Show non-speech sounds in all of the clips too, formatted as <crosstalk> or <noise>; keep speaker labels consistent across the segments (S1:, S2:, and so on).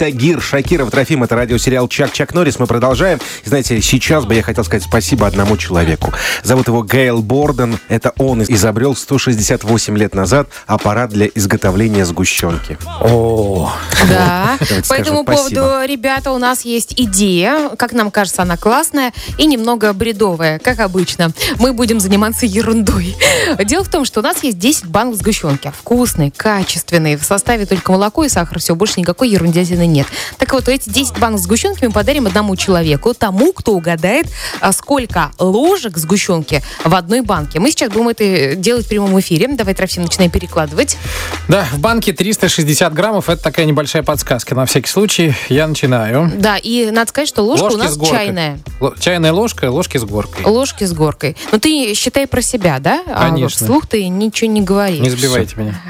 S1: Тагир Шакиров, Трофим, это радиосериал «Чак-Чак Норрис». Мы продолжаем. И Знаете, сейчас бы я хотел сказать спасибо одному человеку. Зовут его Гейл Борден. Это он изобрел 168 лет назад аппарат для изготовления сгущенки.
S2: О, <laughs>
S3: Да.
S1: Давайте
S3: По этому
S1: скажем спасибо.
S3: поводу, ребята, у нас есть идея. Как нам кажется, она классная и немного бредовая, как обычно. Мы будем заниматься ерундой. <laughs> Дело в том, что у нас есть 10 банок сгущенки. Вкусные, качественные. В составе только молоко и сахар. Все, больше никакой ерундятины нет. Так вот, эти 10 банок сгущенки мы подарим одному человеку, тому, кто угадает, а, сколько ложек сгущенки в одной банке. Мы сейчас будем это делать в прямом эфире. Давай, Трофим, начинаем перекладывать.
S2: Да, в банке 360 граммов. Это такая небольшая подсказка. На всякий случай я начинаю.
S3: Да, и надо сказать, что ложка у
S2: Ложки
S3: нас
S2: с горкой.
S3: чайная.
S2: Ло- Чайная ложка, ложки с горкой.
S3: Ложки с горкой. Но ты считай про себя, да? А
S2: Конечно.
S3: вслух ты ничего не говоришь.
S2: Не забивайте меня.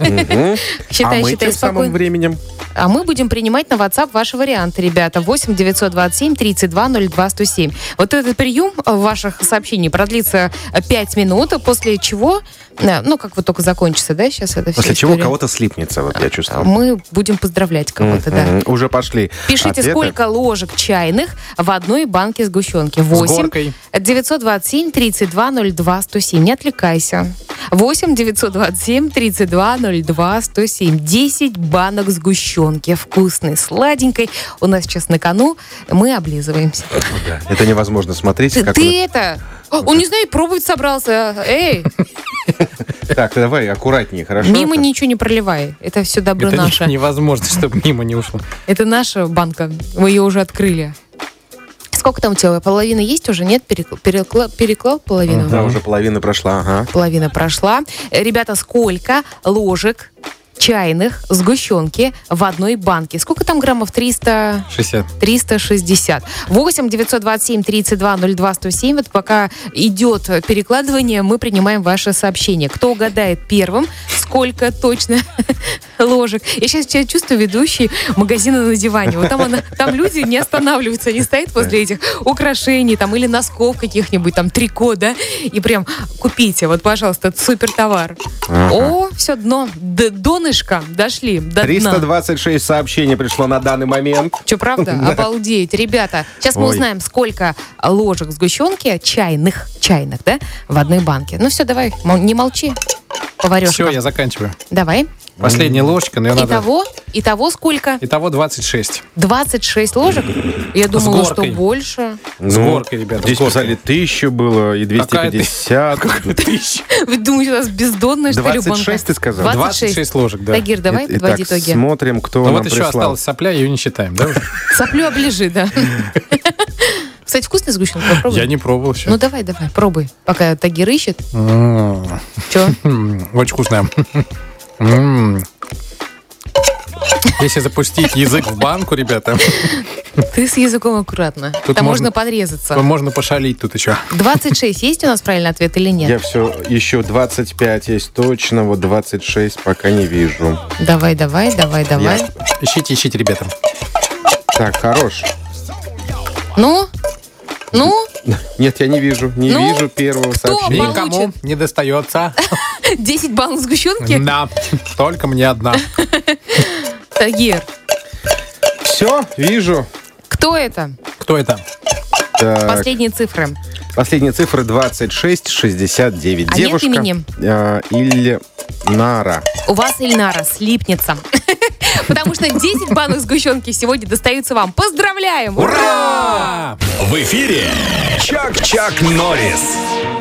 S1: Мгм.
S3: <laughs> Считай,
S1: а мы
S3: считай
S1: тем самым
S3: спокойно.
S1: временем
S3: А мы будем принимать на WhatsApp ваши варианты, ребята. 8 927 32 02 107. Вот этот прием э, ваших сообщений продлится 5 минут, после чего, э, ну, как вот только закончится, да, сейчас это все.
S1: После чего кого-то слипнется, вот
S3: А,
S1: я чувствую.
S3: Мы будем поздравлять кого-то, да.
S1: Мгм. Уже пошли.
S3: Пишите,
S1: ответы.
S3: сколько ложек чайных в одной банке сгущенки.
S2: С
S3: 8
S2: горкой.
S3: 927 32 02 107. Не отвлекайся. 8 927 32 02 107. 10 банок сгущенки. Вкусной, сладенькой. У нас сейчас на кону. Мы облизываемся.
S1: Ну Это невозможно смотреть.
S3: Ты,
S1: как
S3: ты это... О, Он, не знаю, пробовать собрался. Эй,
S1: он- Так, давай аккуратнее, хорошо?
S3: мимо ничего не проливай. Это все добро
S2: Это не-
S3: наше.
S2: <laughs> невозможно, чтобы мимо не ушло.
S3: Это наша банка. Мы ее уже открыли. Сколько там у тебя? Половина есть уже? Нет? Перекла- перекла- переклал половину?
S1: Да, уже половина прошла, ага.
S3: Половина прошла. Э, Ребята, сколько ложек чайных сгущенки в одной банке? Сколько там граммов? 300...
S2: 60.
S3: 360. 8 927 32 02 107. Вот пока идет перекладывание, мы принимаем ваше сообщение. Кто угадает первым, сколько точно <laughs> ложек. Я сейчас тебя чувствую ведущий магазина на диване. Вот там, она- там люди не останавливаются, они стоят возле этих украшений там или носков каких-нибудь, там трико, да, и прям купите, вот, пожалуйста, супер товар. О, все дно, до донышко дошли, до дна.
S1: 326 сообщений пришло на данный момент.
S2: <laughs>
S3: Что, правда? Обалдеть. Ребята, сейчас мы
S1: Ой.
S3: узнаем, сколько ложек сгущенки, чайных, чайных, да, в одной банке. Ну все, давай, мол- не молчи, поварешка.
S2: Все, я заканчиваю.
S3: Давай.
S2: Последняя ложечка, но ее надо...
S3: Итого, итого сколько?
S2: Итого 26.
S3: 26 ложек? Я думала, что
S2: горкой.
S3: больше. <laughs>
S2: С горкой, ребята,
S1: Ну, Здесь
S2: с горкой.
S1: писали 1000 было и 250.
S3: Вы думаете, у нас бездонная, что ли, банка?
S1: 26 ты сказал?
S3: 26.
S2: 26 ложек, да.
S3: Тагир, давай
S1: Ит-
S3: подводи
S1: итак,
S3: итоги.
S1: смотрим, кто
S2: Ну
S1: нам
S2: вот еще
S1: прислал.
S2: осталась сопля, ее не считаем, да? уже?
S3: Соплю оближи, да. <laughs> Кстати, вкусная сгущенка, попробуй.
S2: Я не пробовал еще.
S3: Ну давай, давай, пробуй, пока Тагир ищет. Ну
S2: М, <laughs>
S3: Че?
S2: м, Очень вкусная. <laughs> М. Если запустить язык в банку, ребята,
S3: Ты с языком аккуратно.
S2: Тут
S3: Там
S2: можно-
S3: можно подрезаться.
S2: то можно пошалить тут еще.
S3: 26 есть у нас правильный ответ или нет?
S1: Я все, еще 25 есть точно, вот 26 пока не вижу.
S3: Давай, давай, давай, давай.
S1: Я-
S2: Ищите, ищите, ребята.
S1: Так, хорош.
S3: Ну, ну, <laughs>
S1: Нет, я не вижу, не
S3: Ну,
S1: вижу первого
S3: кто
S1: сообщения.
S3: Получит.
S2: Никому не достается.
S3: 10 баллов сгущенки.
S2: Да, только мне одна.
S3: Тагир,
S1: Все, вижу.
S3: кто это?
S2: Кто это?
S1: Так,
S3: Последние цифры.
S1: последние цифры 26, 69.
S3: А нет
S1: Девушка.
S3: имени?
S1: э, или Нара.
S3: У вас Ильнара слипнется. <laughs> Потому что 10 банок сгущенки сегодня достаются вам. А.
S2: А,
S3: Поздравляем! Ура!
S2: Ура!
S4: В эфире Чак-Чак Норрис.